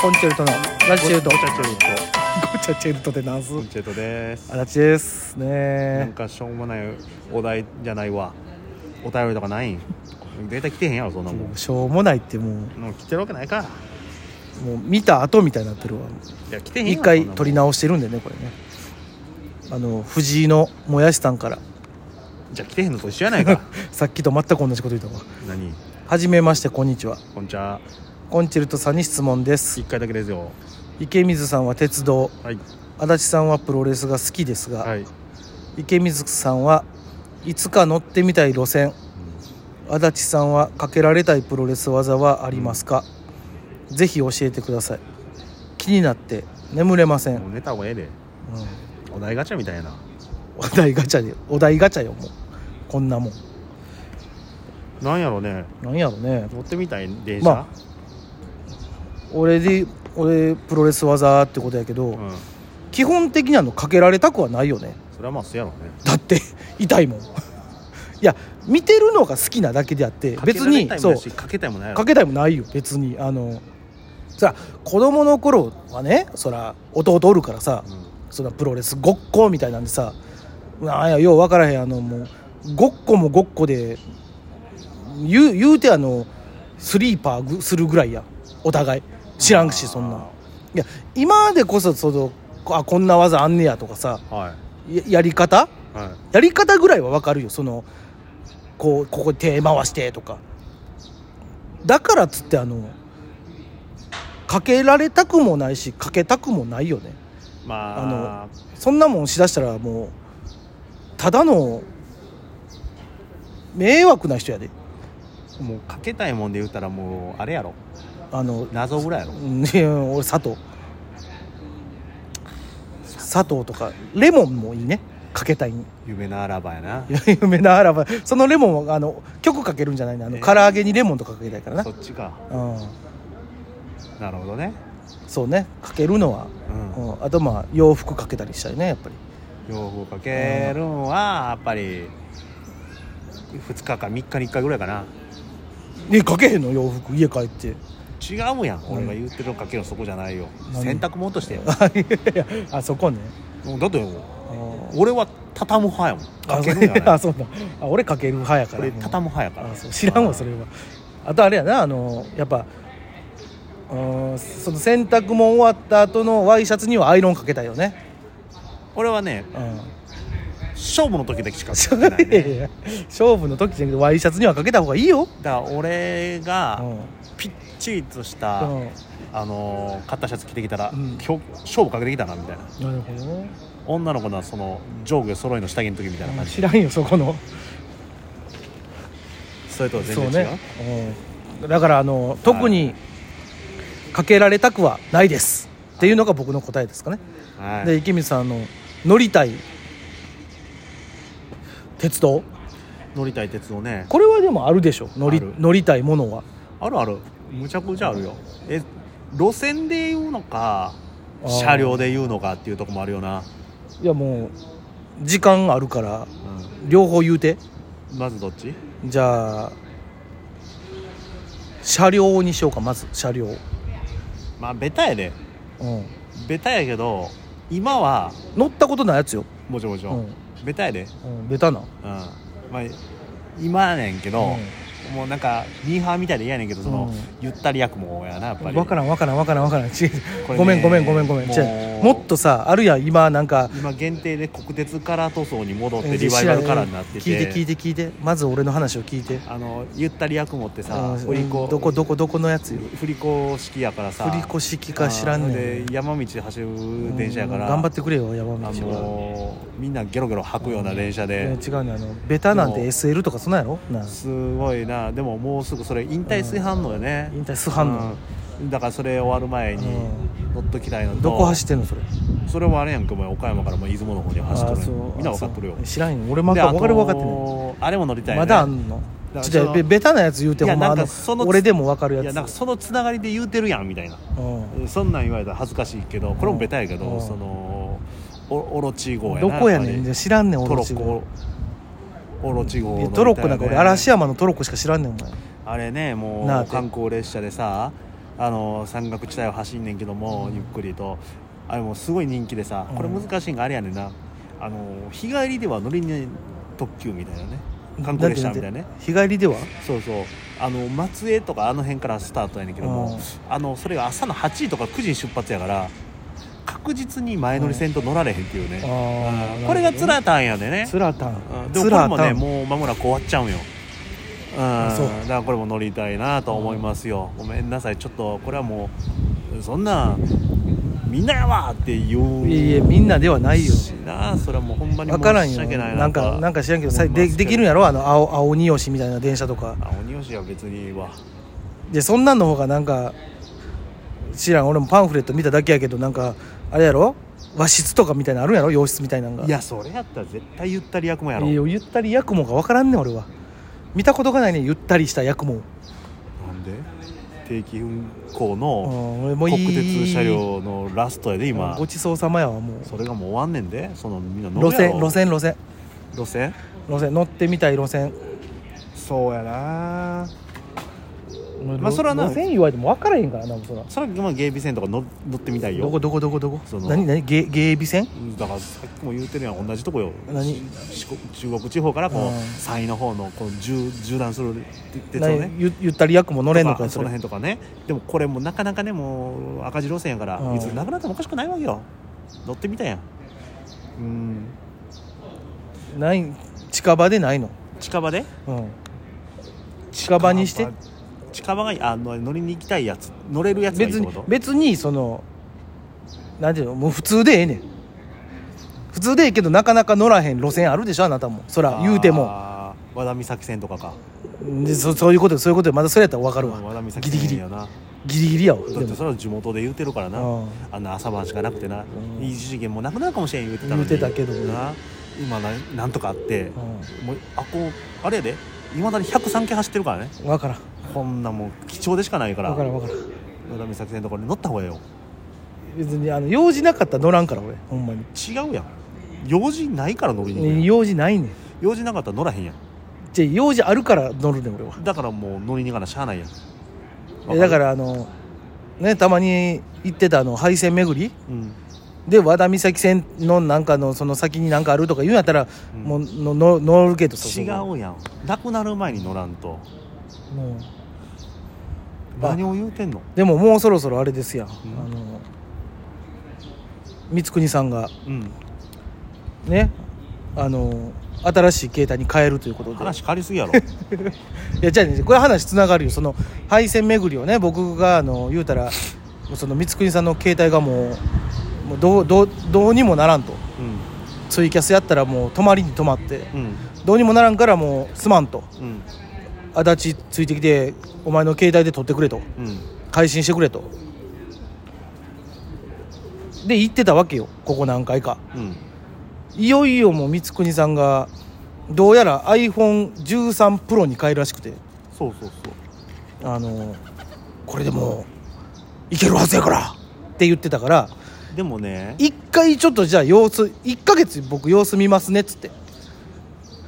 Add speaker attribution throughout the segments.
Speaker 1: コンチェルトのラジチェルト
Speaker 2: ゴ
Speaker 1: ゴ
Speaker 2: チャチェルト
Speaker 1: チャチェルトでダンス
Speaker 2: ゴチェルトです
Speaker 1: 足立です
Speaker 2: なん
Speaker 1: ね
Speaker 2: かしょうもないお題じゃないわお便りとかないんデータ来てへんやろそんなもん
Speaker 1: しょうもないっても
Speaker 2: もう来てるわけないか
Speaker 1: うもう見た後みたいになってるわ
Speaker 2: いや来てへんや
Speaker 1: 一
Speaker 2: ろ
Speaker 1: 回撮り
Speaker 2: な
Speaker 1: 直してるんでねこれねあの藤井のもやしさんから
Speaker 2: もんじゃあ来てへんのと一緒やないか
Speaker 1: さっきと全く同じこと言ったわ
Speaker 2: 何
Speaker 1: はじめましてこんにちは
Speaker 2: こんちは
Speaker 1: コンチェルトさんに質問です
Speaker 2: 一回だけですよ
Speaker 1: 池水さんは鉄道
Speaker 2: はい
Speaker 1: 足立さんはプロレスが好きですが、
Speaker 2: はい、うん
Speaker 1: 池水さんはいつか乗ってみたい路線足立さんはかけられたいプロレス技はありますか、ぜひ教えてください気になって眠れません、うん
Speaker 2: もう寝た方がええでお題ガチャみたいな
Speaker 1: お題ガチャでお題ガチャよもうこんなもん
Speaker 2: なんやろね
Speaker 1: なんやろね
Speaker 2: 乗ってみたい電車、
Speaker 1: ま俺で俺プロレス技ってことやけど、
Speaker 2: うん
Speaker 1: 基本的にあのかけられたくはないよね
Speaker 2: それはまあそうやろね
Speaker 1: だって痛いもんいや見てるのが好きなだけであって別に
Speaker 2: かけられたいも
Speaker 1: そ
Speaker 2: な
Speaker 1: う
Speaker 2: いしかけたいもないやろ
Speaker 1: かけたいもないよ別にあのそら子供の頃はねそら弟おるからさ、
Speaker 2: うん
Speaker 1: そんなプロレスごっこみたいなんでさなんやよう分からへんあのもうごっこもごっこで言う言うてあのスリーパーぐするぐらいやお互い知らんしそんなんいや今でこそそのあこんな技あんねやとかさ
Speaker 2: は
Speaker 1: ややり方
Speaker 2: いはい
Speaker 1: やり方ぐらいは分かるよそのこうここ手回してとかだからっつってあのかけられたくもないしかけたくもないよね
Speaker 2: まあ
Speaker 1: あそんなもんしだしたらもうただの迷惑な人やで
Speaker 2: もうかけたいもんで言ったらもうあれやろ
Speaker 1: あの
Speaker 2: 謎ぐらいやろ
Speaker 1: うんいや俺佐藤佐藤とかレモンもいいねかけたい に
Speaker 2: 夢のあらばやな
Speaker 1: 夢なあらばそのレモンはあの曲かけるんじゃないねあの、
Speaker 2: えー
Speaker 1: 唐揚げにレモンとかかけたいからな
Speaker 2: そっちか
Speaker 1: うん
Speaker 2: なるほどね
Speaker 1: そうねかけるのは、
Speaker 2: う
Speaker 1: うんあとまあ洋服かけたりしたりねやっぱり
Speaker 2: ん洋服かけるんはやっぱり2日か3日に1回ぐらいかな
Speaker 1: えかけへんの洋服家帰って
Speaker 2: 違うやん俺が言ってるのかけるのそこじゃないよ
Speaker 1: 何
Speaker 2: 洗濯物としてよ
Speaker 1: あいやあそこね
Speaker 2: もうだって
Speaker 1: あー
Speaker 2: 俺は畳む派やもんかけるん や
Speaker 1: あ
Speaker 2: な
Speaker 1: そうだあ俺かける派やから
Speaker 2: 俺畳む派やから
Speaker 1: あそう知らんわそれはあとあれやなあのやっぱうんその洗濯も終わった後のワイシャツにはアイロンかけたいよね
Speaker 2: 俺はね
Speaker 1: うん
Speaker 2: 勝負の時だけしかかけてない
Speaker 1: いやい
Speaker 2: ね
Speaker 1: や 勝負の時じゃなくてワイシャツにはかけた方がいいよ、
Speaker 2: だから俺
Speaker 1: う
Speaker 2: が
Speaker 1: ん
Speaker 2: ピッチリとした、
Speaker 1: うん
Speaker 2: あのー買ったシャツ着てきたら、
Speaker 1: うん
Speaker 2: 今日勝負かけてきたなみたいな
Speaker 1: なるほどね
Speaker 2: 女の子のその上下揃いの下着の時みたいな感じ、
Speaker 1: 知らんよそこの
Speaker 2: それとは
Speaker 1: そう
Speaker 2: 全然違う
Speaker 1: ね、うん、だからあの特にかけられたくはないですっていうのが僕の答えですかね、
Speaker 2: はい
Speaker 1: で池水さんあの乗りたい鉄道
Speaker 2: 乗りたい鉄道ね
Speaker 1: これはでもあるでしょ乗り
Speaker 2: ある
Speaker 1: 乗りたいものは
Speaker 2: あるあるむちゃくちゃあるよえ路線で言うのか
Speaker 1: あー
Speaker 2: 車両で言うのかっていうとこもあるよな、
Speaker 1: いやもう時間あるから
Speaker 2: う
Speaker 1: 両方言うて
Speaker 2: ん、まずどっち
Speaker 1: じゃあ車両にしようかまず車両、うん、
Speaker 2: まあベタやでベタやけど今は
Speaker 1: 乗ったことないやつよ、
Speaker 2: もちろんもち
Speaker 1: う
Speaker 2: ろん、
Speaker 1: ん
Speaker 2: ベタやで、うん
Speaker 1: うん、ベタな、
Speaker 2: まあ、今やねんけど、もうなんかミーハーみたいで嫌やねんけどその、
Speaker 1: うん
Speaker 2: ゆったり役もやなやっぱり
Speaker 1: 分からん分からん分からん分からん違う
Speaker 2: こ
Speaker 1: ご
Speaker 2: れね
Speaker 1: めんごめんごめんごめん
Speaker 2: もう
Speaker 1: 違うもっとさあるやん今なんか
Speaker 2: 今限定で国鉄カラー塗装に戻って
Speaker 1: え
Speaker 2: リバイバルカラーになってて
Speaker 1: 聞いて聞いて聞いてまず俺の話を聞いて
Speaker 2: あのゆったり役もってさ
Speaker 1: あ
Speaker 2: 振り子
Speaker 1: どこどこどこのやつよ
Speaker 2: 振り子式やからさ
Speaker 1: 振り子式か知らんねん
Speaker 2: で山道で走る電車やから
Speaker 1: うん頑張ってくれよ山
Speaker 2: あ
Speaker 1: 道は
Speaker 2: のみんなゲロゲロ吐くような電車
Speaker 1: いや
Speaker 2: で
Speaker 1: 違うねあのベタなん
Speaker 2: で
Speaker 1: て
Speaker 2: も
Speaker 1: SL とかそんなんやろな
Speaker 2: すごいなでももうすぐそれ引退炊飯のよね
Speaker 1: 引退すはんの
Speaker 2: うんだからそれ終わる前に乗っときたいのと
Speaker 1: どこ走ってんのそれ
Speaker 2: それもあれやんけお前岡山からもう出雲の方に走っとるやんみんな分かっとるよ
Speaker 1: あそう知らんよ俺まだ分かる分かってない
Speaker 2: いあれも乗りたいね
Speaker 1: まだあんの
Speaker 2: だから
Speaker 1: ちょっと
Speaker 2: その
Speaker 1: べベタなやつ言うて
Speaker 2: いや
Speaker 1: ほんまあ
Speaker 2: なんか
Speaker 1: の
Speaker 2: その
Speaker 1: 俺でも分かる
Speaker 2: いや
Speaker 1: やつ
Speaker 2: なんかそのつながりで言うてるやんみたいな
Speaker 1: うん
Speaker 2: そんなん言われたら恥ずかしいけどこれもベタやけど、
Speaker 1: うん
Speaker 2: そのおオロチ号やな
Speaker 1: どこやね
Speaker 2: っぱ
Speaker 1: ん
Speaker 2: り
Speaker 1: じゃ知らんねん
Speaker 2: ト
Speaker 1: 俺
Speaker 2: ロッコオロチ号の
Speaker 1: トロッコなんか俺嵐
Speaker 2: や
Speaker 1: 山のトロッコしか知らんねんお前
Speaker 2: あれねも
Speaker 1: なあ
Speaker 2: う観光列車でさあの山岳地帯を走んねんけども、ゆっくりとあれもすごい人気でさこれ難しいんがあれやねんな、あの日帰りでは乗りね特急みたいなね観光列車みたいなね
Speaker 1: んてんて日帰りでは
Speaker 2: そうそうあの松江とかあの辺からスタートやねんけども、あのそれが朝の8時とか9時に出発やから確実に前乗り線と乗られへんっていうね、
Speaker 1: あ
Speaker 2: これがつら
Speaker 1: い
Speaker 2: たんやでね
Speaker 1: つらたん
Speaker 2: うんで
Speaker 1: つ
Speaker 2: もこれ
Speaker 1: ら
Speaker 2: も
Speaker 1: た
Speaker 2: ね
Speaker 1: ん
Speaker 2: もう間もなく終わっちゃうんようん
Speaker 1: そう
Speaker 2: だからこれも乗りたいなと思いますよ、ごめんなさいちょっとこれはもうそんなみんなやわって言う
Speaker 1: いえいえみんなではないよ
Speaker 2: しなそれはもうほんまに
Speaker 1: 分からん
Speaker 2: 申し
Speaker 1: よ
Speaker 2: 訳ないな
Speaker 1: なんかなんか知らんけどさ
Speaker 2: 思いま
Speaker 1: ですできるんやろあの青青鬼押しみたいな電車とか
Speaker 2: あ鬼押しは別にいいわ
Speaker 1: でそんなんの方がなんか知らん俺もパンフレット見ただけやけどなんかあれやろ和室とかみたいなのあるんやろ洋室みたいなのが
Speaker 2: いやそれやったら絶対ゆったり役もやろ
Speaker 1: いやゆったりやくもか分からんねん俺は見たことがないねんゆったりしたやくも
Speaker 2: なんで定期運行の
Speaker 1: ん俺もうい
Speaker 2: 国
Speaker 1: い
Speaker 2: 鉄車両のラストやで今
Speaker 1: ごちそうさまやわもう
Speaker 2: それがもう終わんねんでそのみんな乗
Speaker 1: 路
Speaker 2: るや
Speaker 1: 線
Speaker 2: ろ
Speaker 1: 路線路線
Speaker 2: 路線
Speaker 1: 路線乗ってみたい路線
Speaker 2: そうやなまあそれはな
Speaker 1: 路線言われても分からへんからなもうそら
Speaker 2: それはまあ芸備線とか乗乗ってみたいよ
Speaker 1: どこどこどこどこ
Speaker 2: その
Speaker 1: 何何ゲゲービ線
Speaker 2: だからさっきも言うてるやん同じとこよ
Speaker 1: 何
Speaker 2: 四国中国地方からこ
Speaker 1: う
Speaker 2: うん山陰の方のこう縦縦断する鉄をね
Speaker 1: 何ゆゆったりやくも乗れんの
Speaker 2: と
Speaker 1: か
Speaker 2: か
Speaker 1: そ
Speaker 2: そ
Speaker 1: れ
Speaker 2: の辺とかねでもこれもなかなかねもう赤字路線やから
Speaker 1: うん
Speaker 2: いつなくなってもおかしくないわけよ乗ってみたやんうん
Speaker 1: ない近場でないの、
Speaker 2: 近場で
Speaker 1: うん、近場にして
Speaker 2: 近場があの乗りに行きたいやつ乗れるやつがいいっ
Speaker 1: 別
Speaker 2: て
Speaker 1: に
Speaker 2: こと
Speaker 1: 別にそのなんていうのもう普通でええねん普通でええけどなかなか乗らへん路線あるでしょあなたもそら言うても
Speaker 2: あー和田岬線とかか
Speaker 1: でそそういうことそういうことまだそれやったら分かるわ
Speaker 2: 和田
Speaker 1: ギ
Speaker 2: 岬
Speaker 1: リギ
Speaker 2: 線
Speaker 1: リ
Speaker 2: やな
Speaker 1: ギリギリやわ
Speaker 2: だ
Speaker 1: で
Speaker 2: って
Speaker 1: も
Speaker 2: それは地元で言うてるからな
Speaker 1: うん
Speaker 2: あんな朝晩しかなくてな
Speaker 1: うん
Speaker 2: いい事件もなくなるかもしれん言うてたのに
Speaker 1: 言うてたけど
Speaker 2: な今ななんとかあってもうあこうあれやでいまだに103系走ってるからね
Speaker 1: うん、分からん
Speaker 2: こんなもう貴重でしかないから
Speaker 1: 分からん分からん
Speaker 2: 和田岬線とかに乗った方がええよ
Speaker 1: 別にあの用事なかったら乗らんから俺ほんまに
Speaker 2: 違うやん用事ないから乗りに行くやん
Speaker 1: 用事ないねん
Speaker 2: 用事なかったら乗らへんやん
Speaker 1: じゃあ用事あるから乗るねん俺は
Speaker 2: だからもう乗りに行かなしゃあないやん
Speaker 1: えだかららあのねたまに行ってたあの廃線巡り
Speaker 2: うん
Speaker 1: で和田岬線のなんかのその先になんかあるとか言うんやったら、
Speaker 2: うん
Speaker 1: もうのの乗るけどそ
Speaker 2: 違うやんなくなる前に乗らんと
Speaker 1: うもうあ
Speaker 2: 何を言うてんの
Speaker 1: でももうそろそろあれですやん、
Speaker 2: ん
Speaker 1: あの光国さんが
Speaker 2: うん
Speaker 1: ねあの新しい携帯に変えるということで
Speaker 2: 話変わり すぎやろ
Speaker 1: いやじゃあねこれ話つながるよその配線巡りをね僕があの言うたらその光国さんの携帯がもうもうどうどうどうにもならんと
Speaker 2: う
Speaker 1: ツイキャスやったらもう泊まりに泊まって
Speaker 2: んうん
Speaker 1: どうにもならんからもうすまんと
Speaker 2: うん
Speaker 1: 足立ついてきてお前の携帯で撮ってくれと
Speaker 2: うん
Speaker 1: 配信してくれとで行ってたわけよここ何回か
Speaker 2: うん
Speaker 1: いよいよもう光国さんがどうやら iPhone13Pro に変えるらしくて
Speaker 2: そうそうそう
Speaker 1: あのこれでもういけるはずやからって言ってたから
Speaker 2: でもね
Speaker 1: 一回ちょっとじゃあ様子1ヶ月僕様子見ますねっつって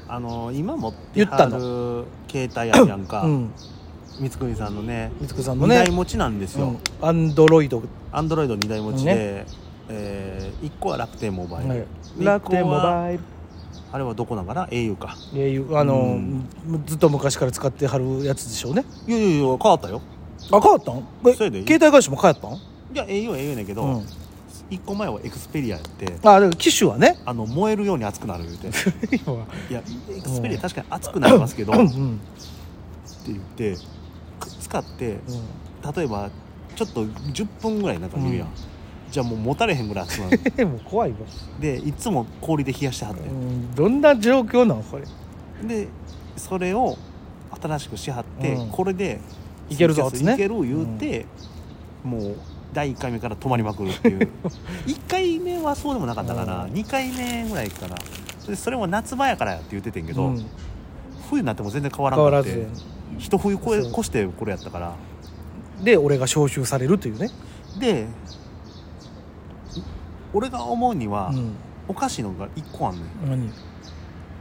Speaker 2: あの今持って
Speaker 1: 言っ
Speaker 2: は
Speaker 1: た
Speaker 2: る
Speaker 1: の
Speaker 2: 携帯あるやんか、
Speaker 1: うん
Speaker 2: 三つ国さんのね
Speaker 1: 光国さんの
Speaker 2: 2
Speaker 1: ね
Speaker 2: 台持ちなんですよ
Speaker 1: アンドロイド
Speaker 2: アンドロイド2台持ちで、
Speaker 1: ね
Speaker 2: え1個は楽天モバイル、
Speaker 1: はい
Speaker 2: で
Speaker 1: 楽天モ
Speaker 2: 一個は
Speaker 1: バイル
Speaker 2: あれはどこなんかな au か
Speaker 1: えいうあの、
Speaker 2: うん
Speaker 1: ずっと昔から使ってはるやつでしょうね
Speaker 2: いやいやいや変わったよ
Speaker 1: あ変わったんえ
Speaker 2: それでいい
Speaker 1: 携帯会社も変わったん
Speaker 2: いや au は au やねんけど、
Speaker 1: うん
Speaker 2: 1個前はエクスペリアやって
Speaker 1: あでも機種は ね
Speaker 2: あの燃えるように熱くなる言 うていやエクスペリア確かに熱くなりますけど
Speaker 1: う
Speaker 2: っ
Speaker 1: んうん
Speaker 2: て言ってく使って例えばちょっと10分ぐらいなんか見るやん、
Speaker 1: うん
Speaker 2: じゃあもう持たれへんぐらい熱くなる
Speaker 1: うん もう怖いわ、
Speaker 2: でいつも氷で冷やしてはっ
Speaker 1: う
Speaker 2: て、
Speaker 1: ん、どんな状況なんこれ
Speaker 2: でそれを新しくしはって、
Speaker 1: うん
Speaker 2: これで
Speaker 1: いけるぞっつね
Speaker 2: いける言うて、もう第1回目から止まりまくるって いう1回目はそうでもなかったかな、
Speaker 1: うん
Speaker 2: 2回目ぐらいかなでそれも夏場やからやって言っててんけど、
Speaker 1: うん
Speaker 2: 冬になっても全然変わら
Speaker 1: 変わ
Speaker 2: な
Speaker 1: ら
Speaker 2: くて
Speaker 1: ず
Speaker 2: 一冬越え
Speaker 1: そう
Speaker 2: 越してこれやったから
Speaker 1: で俺が招集されるというね、
Speaker 2: で俺が思うには、
Speaker 1: うん、
Speaker 2: おかしいのが1個あんねん
Speaker 1: 何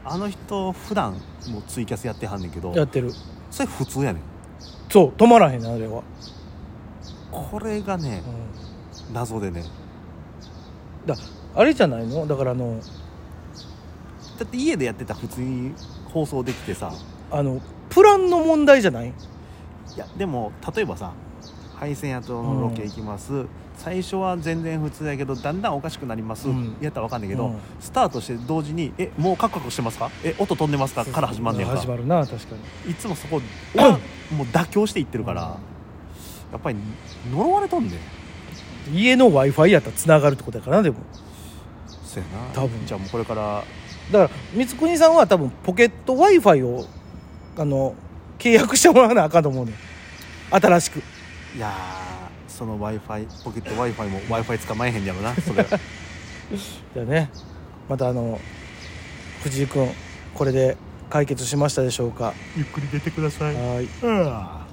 Speaker 2: あの人普段もうツイキャスやってはんねんけど
Speaker 1: やってる
Speaker 2: それ普通やねん
Speaker 1: そう止まらへんなあれは
Speaker 2: これがね
Speaker 1: うん
Speaker 2: 謎でね
Speaker 1: だあれじゃないのだからあの
Speaker 2: だって家でやってたら普通に放送できてさ
Speaker 1: あのプランの問題じゃない
Speaker 2: いやでも例えばさ配線やとのロケ行きます、最初は全然普通やけどだんだんおかしくなります、
Speaker 1: うん
Speaker 2: やったらわかんないけど、
Speaker 1: うん
Speaker 2: スタートして同時に「えもうカクカクしてますかえ音飛んでますか?」から始まんねんか
Speaker 1: 始まるな確かに
Speaker 2: いつもそこ はもう妥協していってるから、
Speaker 1: うん
Speaker 2: やっぱり呪われとんねん
Speaker 1: 家の w i f i やったらつながるってことやからなでも
Speaker 2: そうやな
Speaker 1: 多分
Speaker 2: じゃあもうこれから
Speaker 1: だから光国さんは多分ポケット w i f i をあの契約してもらわなあかんと思うねん新しく
Speaker 2: いやーその w i f i ポケット w i f i も w i f i 捕まえへんやろなそ れ
Speaker 1: じゃあねまたあの藤井君これで解決しましたでしょうか
Speaker 2: ゆっくり出てくださ
Speaker 1: はーい
Speaker 2: うん